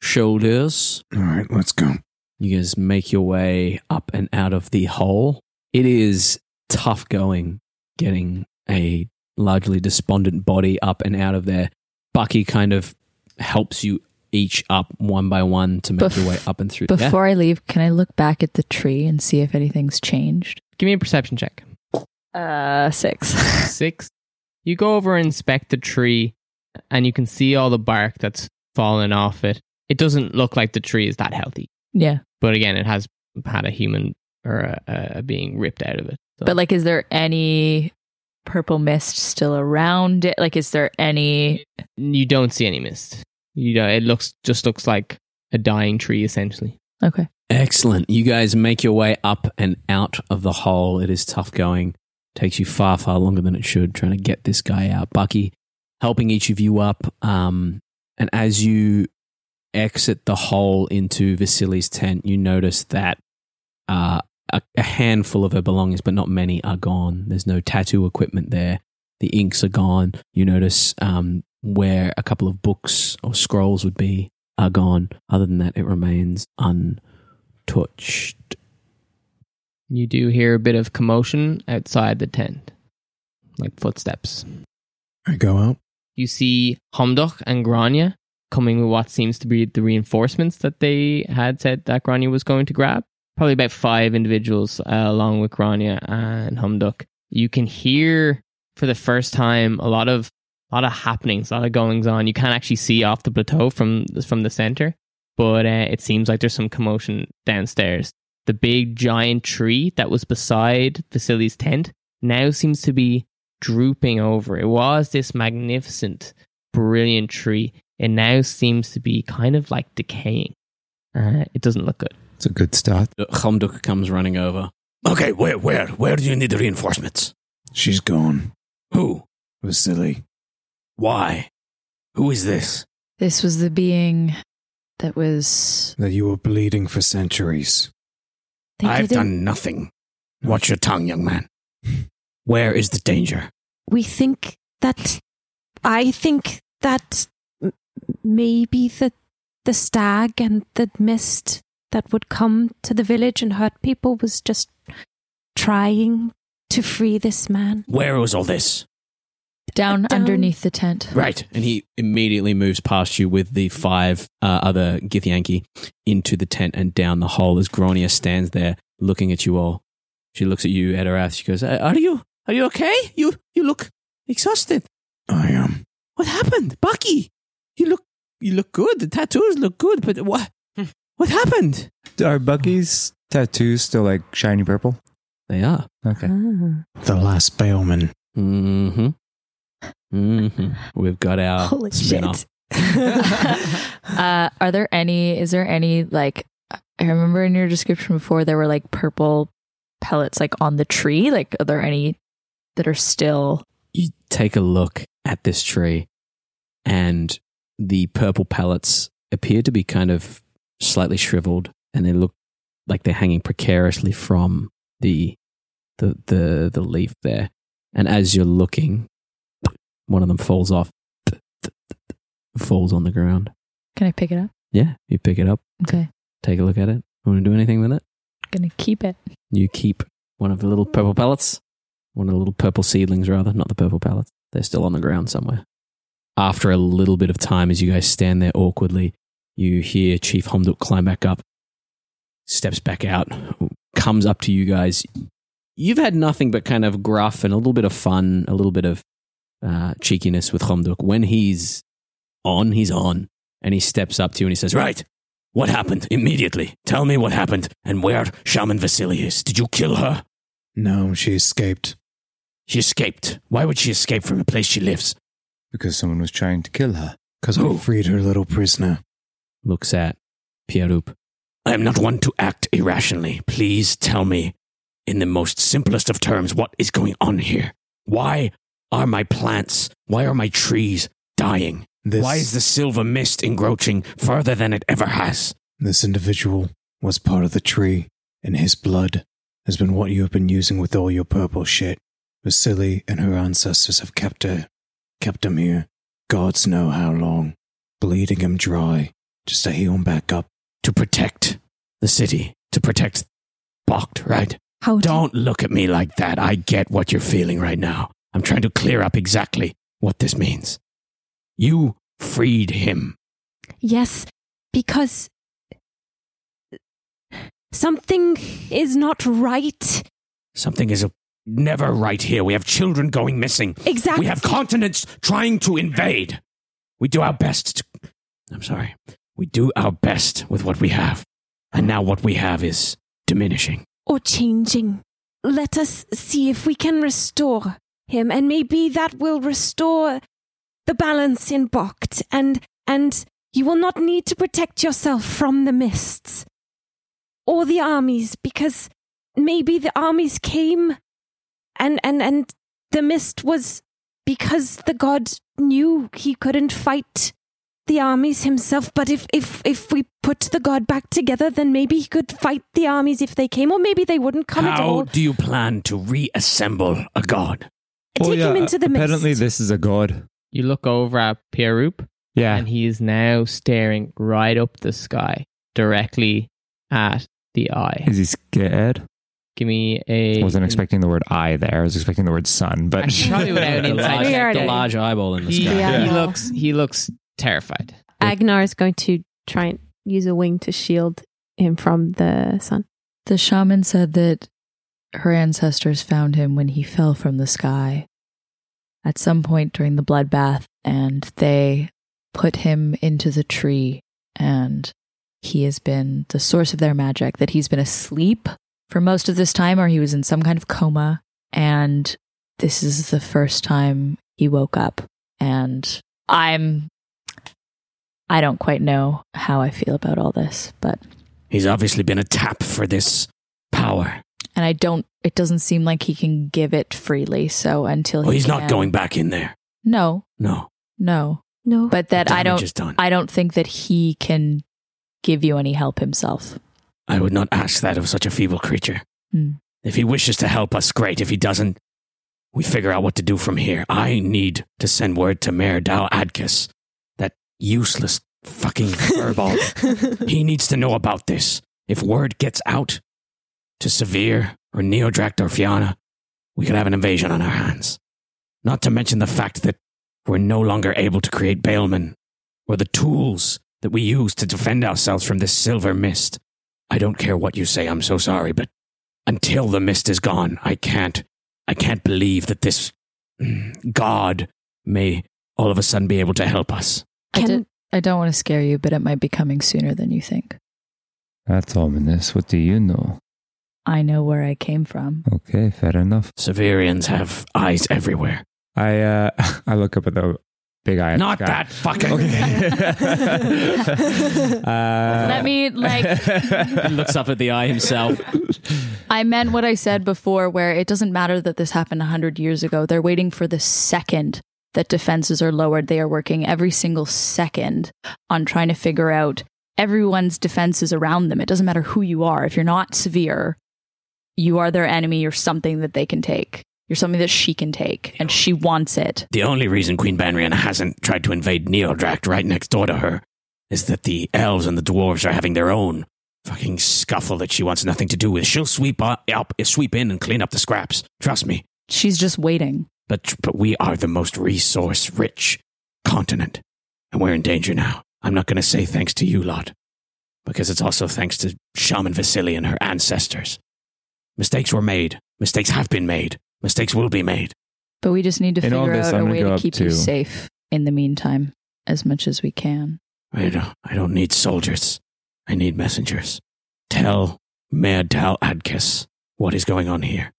S3: shoulders.
S5: All right, let's go.
S3: You guys make your way up and out of the hole. It is tough going getting a largely despondent body up and out of there. Bucky kind of helps you each up one by one to make
S8: Bef-
S3: your way up and through. Yeah?
S8: Before I leave, can I look back at the tree and see if anything's changed?
S2: Give me a perception check.
S8: Uh, six. [laughs]
S2: Six. You go over and inspect the tree, and you can see all the bark that's fallen off it. It doesn't look like the tree is that healthy,
S8: yeah.
S2: but again, it has had a human or a, a being ripped out of it. So-
S8: But like, is there any purple mist still around it? Like, is there any.
S2: you don't see any mist. You know, it looks just looks like a dying tree essentially.
S8: Okay.
S3: Excellent. You guys make your way up and out of the hole. It is tough going. Takes you far, far longer than it should trying to get this guy out. Bucky helping each of you up. Um, and as you exit the hole into Vasili's tent, you notice that uh, a, a handful of her belongings, but not many, are gone. There's no tattoo equipment there. The inks are gone. You notice um, where a couple of books or scrolls would be are gone. Other than that, it remains un touched.
S2: You do hear a bit of commotion outside the tent, like footsteps.
S5: I go out.
S2: you see Humdok and Grania coming with what seems to be the reinforcements that they had said that Grania was going to grab. Probably about five individuals, uh, along with Grania and Humdok. You can hear for the first time a lot of a lot of happenings, a lot of goings on. You can't actually see off the plateau from from the center, but uh, it seems like there's some commotion downstairs. The big giant tree that was beside Vasily's tent now seems to be drooping over. It was this magnificent, brilliant tree. It now seems to be kind of like decaying. Uh, it doesn't look good.
S6: It's a good start.
S3: Hamduk comes running over. Okay, where, where, where do you need the reinforcements?
S11: She's gone.
S3: Who?
S11: It was silly.
S3: Why? Who is this?
S8: This was the being that was.
S11: That you were bleeding for centuries.
S7: They
S3: I've
S7: didn't-
S3: done nothing. Watch your tongue, young man. Where is the danger?
S7: We think that. I think that m- maybe the the stag and the mist that would come to the village and hurt people was just trying to free this man.
S3: Where was all this?
S8: Down,
S7: Down.
S8: underneath the tent.
S3: Right. And he immediately moves past you with the five uh, other Githyanki into the tent and down the hole as Gronia stands there looking at you all. She looks at you, at her ass. She goes, "Uh, Are you are you okay? You you look exhausted.
S11: I am.
S3: What happened? Bucky, you look you look good. The tattoos look good, but what
S7: Hmm.
S3: what happened?
S6: Are Bucky's tattoos still like shiny purple?
S3: They are.
S6: Okay.
S11: The last Baleman.
S3: Mm-hmm. Mm-hmm. We've got our
S7: Holy
S3: spin-off.
S7: shit.
S8: [laughs] Uh, are there any? Is there any like? I remember in your description before there were like purple pellets like on the tree. Like, are there any that are still?
S3: you take a look at this tree and the purple pellets appear to be kind of slightly shriveled and they look like they're hanging precariously from the the the, the leaf there and as you're looking one of them falls off falls on the ground
S8: Can I pick it up?
S3: yeah you pick it up
S8: Okay,
S3: take a look at it want to do anything with it
S8: gonna keep it.
S3: you keep one of the little purple pellets, one of the little purple seedlings, rather, not the purple pellets. They're still on the ground somewhere. After a little bit of time, as you guys stand there awkwardly, you hear Chief Homduk climb back up, steps back out, comes up to you guys. You've had nothing but kind of gruff and a little bit of fun, a little bit of uh, cheekiness with Homduk. When he's on, he's on. And he steps up to you and he says, Right, what happened immediately? Tell me what happened and where Shaman Vasily is. Did you kill her?
S11: No, she escaped.
S3: She escaped. Why would she escape from the place she lives?
S6: Because someone was trying to kill her.
S11: Because
S3: Who?
S11: I freed her little prisoner.
S3: Looks at Pierrup. I am not one to act irrationally. Please tell me, in the most simplest of terms, what is going on here? Why are my plants, why are my trees dying?
S11: This,
S3: Why is the silver mist encroaching further than it ever has?
S11: this individual was part of the tree, and his blood has been what you have been using with all your purple shit. Vasily and her ancestors have kept her, kept him here. Gods know how long, bleeding him dry, just to heal him back up.
S3: To protect the city, to protect Bokt, right?
S7: How do
S3: Don't look at me like that. I get what you're feeling right now. I'm trying to clear up exactly what this means. You freed him.
S7: Yes, because something is not right.
S3: Something is never right here. We have children going missing.
S7: Exactly.
S3: We have continents trying to invade. We do our best. To, I'm sorry. We do our best with what we have. And now what we have is diminishing.
S7: or changing. Let us see if we can restore him, and maybe that will restore the balance in Bokt, and and you will not need to protect yourself from the mists or the armies, because maybe the armies came, and and and the mist was because the god knew he couldn't fight the armies himself but if if if we put the god back together then maybe he could fight the armies if they came or maybe they wouldn't come at
S3: How
S7: all
S3: do you plan to reassemble a god?
S7: take him into the
S6: Oh, Apparently,
S7: mist
S6: this is a god.
S2: You look over at Pierroop,
S6: Yeah.
S2: and he is now staring right up the sky, directly at the eye.
S6: Is he scared?
S2: Give me a.
S6: wasn't expecting the word I there. I was expecting the word sun,
S12: [laughs]
S6: but [laughs]
S2: I
S4: [laughs]
S2: probably would have an
S12: the
S2: insight
S12: large,
S4: We are
S12: the
S4: doing-
S12: large eyeball in the
S2: He,
S12: sky.
S4: Yeah.
S2: he
S4: Yeah.
S2: looks. He looks terrified.
S4: Agnar is going to try and use a wing to shield him from the sun.
S8: The shaman said that her ancestors found him when he fell from the sky at some point during the bloodbath, and they put him into the tree, and he has been the source of their magic, that he's been asleep for most of this time, or he was in some kind of coma, and this is the first time he woke up, and I'm. I don't quite know how I feel about all this, but
S12: He's obviously been a tap for this power.
S8: and I don't. It doesn't seem like he can give it freely. So until
S3: Oh,
S12: Well,
S8: he
S12: he's
S8: can-
S12: not going back in there.
S8: No,
S12: No,
S8: no.
S4: No.
S8: But that
S12: the
S8: I
S12: damage
S8: don't.
S12: Is done. I,
S8: I don't think that he can give you any help himself.
S12: would not ask that of such a feeble creature.
S8: Hmm.
S12: If he wishes to help us, great. If he doesn't, we figure out what to do from here. I need to send word to Mayor Dal Adkis, that useless fucking furball. He needs to know about this. If word gets out to Severe or Neodract or Fiana, we could have an invasion on our hands. Not to mention the fact that we're no longer able to create bailmen or the tools that we use to defend ourselves from this silver mist. I don't care what you say, I'm so sorry, but until the mist is gone, I can't I can't believe that this [clears throat] mm, god may all of a sudden be able to help us.
S8: I,
S7: Can-
S8: did, I don't want to scare you, but it might be coming sooner than you think.
S6: that's ominous. What do you know?
S8: I know where I came from.
S6: Okay, fair enough.
S12: Severians have eyes everywhere.
S6: I uh, [laughs] I look up at the big eye. at the
S12: Not
S6: sky.
S12: that fucking [laughs]
S6: Okay. uh,
S8: Let me like.
S12: He looks up at the eye himself.
S8: I meant what I said before, where it doesn't matter that this happened 100 years ago. They're waiting for the second that defenses are lowered. They are working every single second on trying to figure out everyone's defenses around them. It doesn't matter who you are. If you're not severe, you are their enemy. You're something that they can take. You're something that she can take, and she wants it.
S12: The only reason Queen Banrian hasn't tried to invade Neodract right next door to her is that the elves and the dwarves are having their own fucking scuffle that she wants nothing to do with. She'll sweep up, up sweep in and clean up the scraps. Trust me.
S8: She's just waiting.
S12: But, but we are the most resource rich continent, and we're in danger now. I'm not going to say thanks to you lot, because it's also thanks to Shaman Vasily and her ancestors. Mistakes were made, mistakes have been made, mistakes will be made.
S8: But we just need to
S6: In all
S8: figure
S6: this,
S8: out
S6: I'm
S8: a
S6: gonna
S8: way
S6: go
S8: to
S6: up
S8: keep
S6: to-
S8: you safe in the meantime as much as we can.
S12: I don't, I don't need soldiers. I need messengers. Tell Mayor Dal Adkis what is going on here.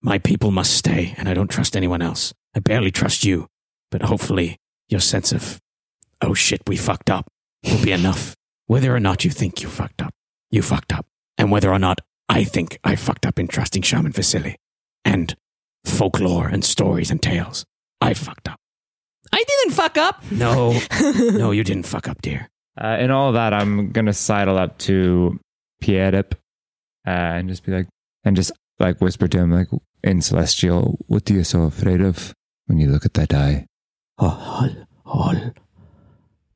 S12: My people must stay, and I don't trust anyone else. I barely trust you, but hopefully your sense of, oh shit, we fucked up, will be enough. Whether or not you think you fucked up, you fucked up. And whether or not I think I fucked up in trusting Shaman Vasily and folklore and stories and tales, I fucked up.
S2: I didn't
S4: [laughs]
S2: fuck up.
S12: No, [laughs] no, you didn't fuck up, dear.
S6: [laughs] Uh, in all that, I'm gonna sidle up to Pierrep uh, and just be like, and just like whisper to him, like in celestial, what are you so afraid of when you look at that eye?
S12: all, all.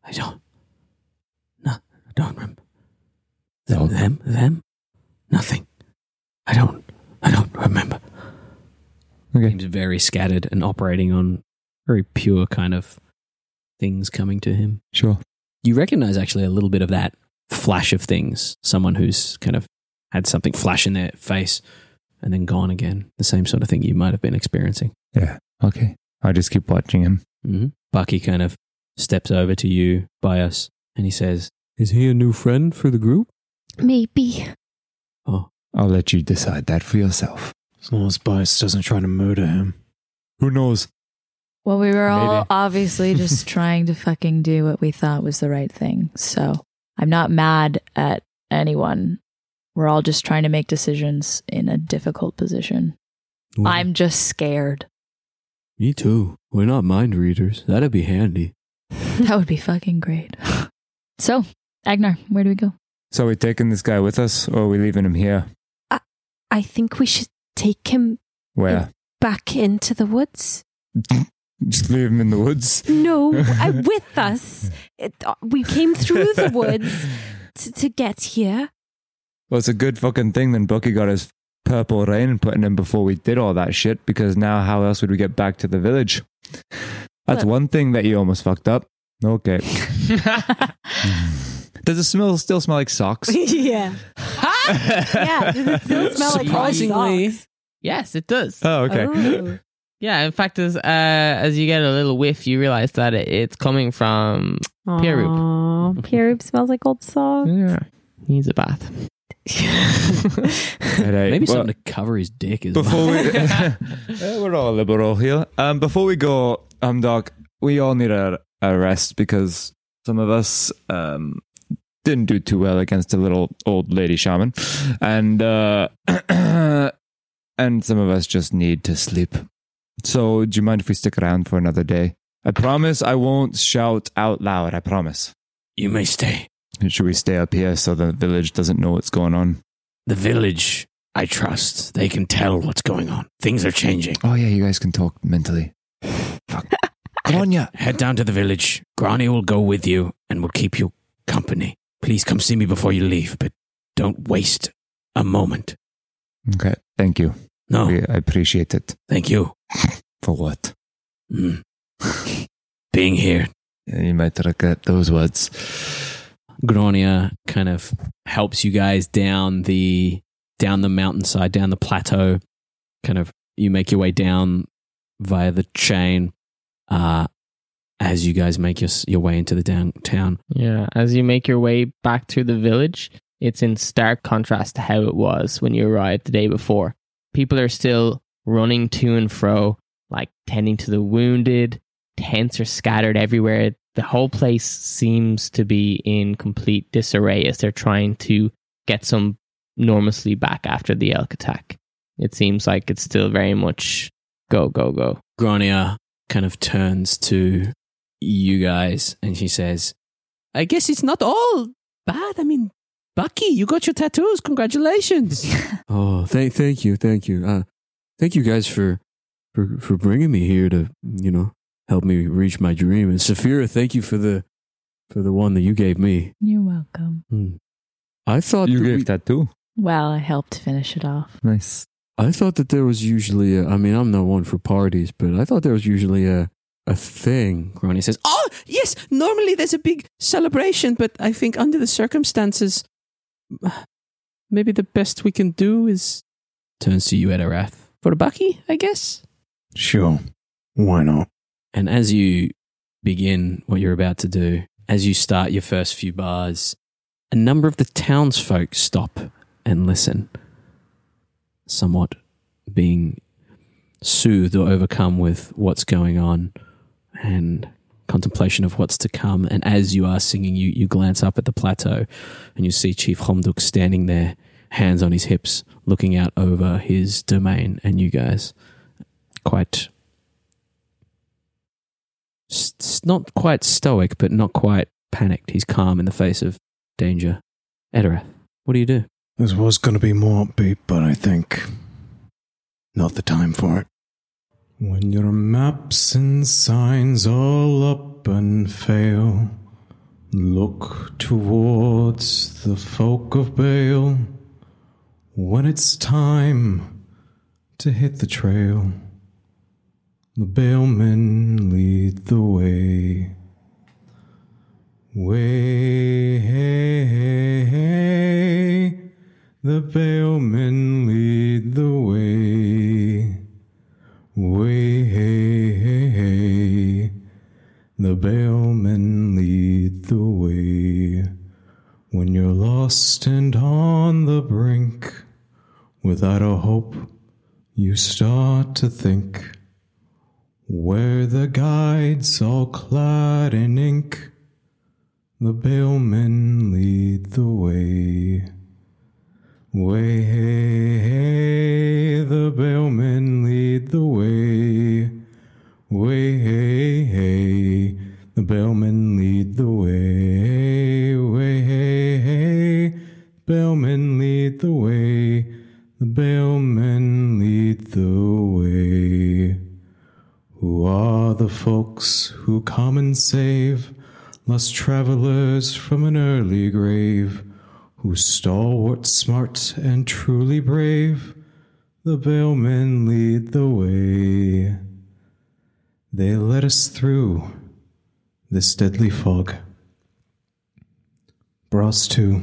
S12: I don't. No, I don't remember. Them,
S6: No.
S12: them, them. Nothing. I don't. I don't remember.
S6: Okay,
S3: Seems very scattered and operating on very pure kind of things coming to him.
S6: sure.
S3: You recognize actually a little bit of that flash of things. Someone who's kind of had something flash in their face and then gone again. The same sort of thing you might have been experiencing.
S6: Yeah. Okay. I just keep watching him.
S3: Mm-hmm. Bucky kind of steps over to you, Bias, and he says, Is he a new friend for the group?
S7: Maybe.
S3: Oh,
S6: I'll let you decide that for yourself.
S13: As long as Bias doesn't try to murder him.
S6: Who knows?
S8: Well, we were all
S6: Maybe.
S8: obviously just trying to fucking do what we thought was the right thing. So I'm not mad at anyone. We're all just trying to make decisions in a difficult position. I'm just scared.
S3: Me too. We're not mind readers. That'd be handy.
S8: That would be fucking great. [laughs] so, Agnar, where do we go?
S6: So are we taking this guy with us, or are we leaving him here?
S7: I think we should take him
S6: Where?
S7: back into the woods.
S6: Just leave him in the
S7: [laughs]
S6: woods.
S7: No, I, with us. It, uh, we came through the woods to, to get here.
S6: Well, it's a good fucking thing. Then Bucky got his purple rain putting in before we did all that shit because now how else would we get back to the village? That's
S8: Look.
S6: one thing that you almost fucked up. Okay. [laughs] Does it smell still smell like
S3: [laughs]
S6: socks?
S4: [laughs] yeah. Yeah. Does it still smell like hot
S3: Surprisingly-
S4: socks?
S2: Yes, it does.
S6: Oh, okay.
S4: Ooh.
S2: Yeah, in fact, as uh, as you get a little whiff, you realize that it, it's coming from. Pierroot.
S4: Aw, Pierroot smells like old socks.
S2: Yeah, needs
S4: [laughs]
S2: a bath.
S6: Headache.
S3: Maybe
S6: Well,
S3: something to cover his dick as well.
S6: before we [laughs] Eh, we're all liberal here. Um, before we go, um, Doc, we all need a, a rest because some of us um didn't do too well against a little old lady shaman, and uh, [clears throat] and some of us just need to sleep. So, do you mind if we stick around for another day? I promise I won't shout out loud. I promise.
S3: You may stay.
S6: Should we stay up here so the village doesn't know what's going on?
S3: The village, I trust. They can tell what's going on. Things are changing.
S6: Oh yeah, you guys can talk mentally. Fuck. Come on, yeah.
S3: Head down to the village. Granny will go with you and will keep you company. Please come see me before you leave, but don't waste a moment.
S6: Okay, thank you.
S3: No,
S6: We- I appreciate it.
S3: thank you.
S6: For what? Hmm.
S3: Mm. Being here.
S6: You might regret those words.
S3: Gronia kind of helps you guys down the down the mountainside, down the plateau. Kind of you make your way down via the chain uh, as you guys make your s- your way into the downtown.
S2: Yeah, as you make your way back to the village, it's in stark contrast to how it was when you arrived the day before. People are still running to and fro, like tending to the wounded. Tents are scattered everywhere. The whole place seems to be in complete disarray as they're trying to get some enormously back after the elk attack. It seems like it's still very much go, go, go.
S3: Grania kind of turns to you guys and she says, "I guess it's not all bad. I mean, Bucky, you got your tattoos. Congratulations."
S10: Oh, thank thank you, thank you, uh, thank you guys for for for bringing me here to you know help me reach my dream. And Saphira, thank you for the for the one that you gave me.
S8: You're welcome.
S10: Hmm. I thought
S6: You
S10: that
S6: gave
S10: we-
S6: that too.
S8: Well, I helped finish it off.
S6: Nice.
S10: I thought that there was usually a, I mean I'm not one for parties, but I thought there was usually a a thing.
S3: Grony says, "Oh yes, normally there's a big celebration, but I think under the circumstances, [sighs] maybe the best we can do is." Turns to you, Edorath, for a bucky, I guess.
S11: Sure. Why not?
S3: And as you begin what you're about to do, as you start your first few bars, a number of the townsfolk stop and listen, somewhat being soothed or overcome with what's going on and contemplation of what's to come. And as you are singing, you, you glance up at the plateau and you see Chief Homduk standing there, hands on his hips, looking out over his domain and you guys. Quite s- s- not quite stoic, but not quite panicked. He's calm in the face of danger. Edorath, what do you do?
S11: This was going to be more upbeat, but I think not the time for it. When your maps and signs all up and fail, look towards the folk of Bale. When it's time to hit the trail, the Balemen lead the way. Way, hey, hey, hey. The balemen lead the way. Way, hey, hey, hey. The balemen lead the way. When you're lost and on the brink, without a hope, you start to think. Where the guides all clad in ink. The balemen lead the way. Way, hey, hey, the balemen lead the way. Way, hey, hey, the balemen lead the way. Way, hey, hey, balemen lead the way. The balemen lead the way. Who are the folks who come and save lost travelers from an early grave? Who stalwart, smart, and truly brave The bellmen lead the way. They let us through this deadly fog. Brass to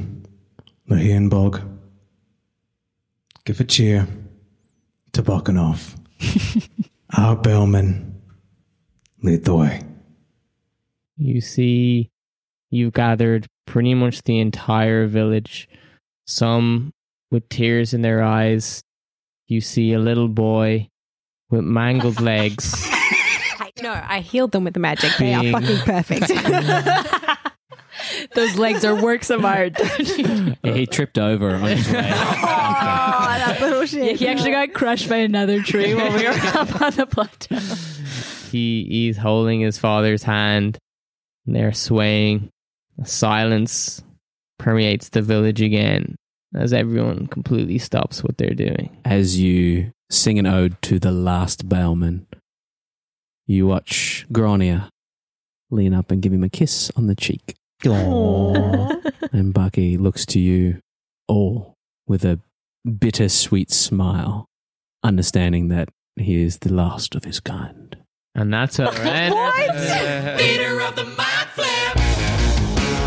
S11: Lahian Bog. Give a cheer to Bakanov. Our bellmen lead the way.
S2: You see, you've gathered pretty much the entire village, some with tears in their eyes. You see a little boy with mangled legs
S4: I, no, I healed them with the magic. They are
S2: Being-
S4: fucking perfect.
S9: Those legs are works of
S7: [laughs]
S9: art. oh,
S14: He tripped over on his way.
S7: Ah,
S9: that little shit. he actually got crushed by another tree while
S7: [laughs]
S9: we were up on the plateau.
S2: He is holding his father's hand. And they're swaying. Silence permeates the village again as everyone completely stops what they're doing.
S3: as you sing an ode to the last bellman. You watch Grania lean up and give him a kiss on the cheek. [laughs] and Bucky looks to you all with a bittersweet smile, understanding that he is the last of his kind.
S2: And that's
S6: [laughs]
S2: all right.
S6: Theater of the Mind Flip.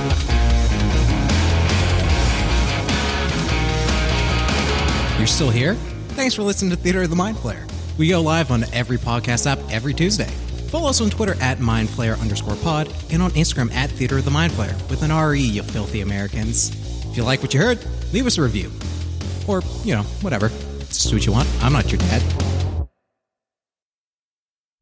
S5: You're still here? Thanks for listening to Theater of the Mind Flayer. We go live on every podcast app every Tuesday. Follow us on Twitter at mindflayer underscore pod and on Instagram at Theater of the Mind Flayer with an RE, you filthy Americans. If you like what you heard, leave us a review. Or, you know, whatever. Just do what you want. I'm not your dad.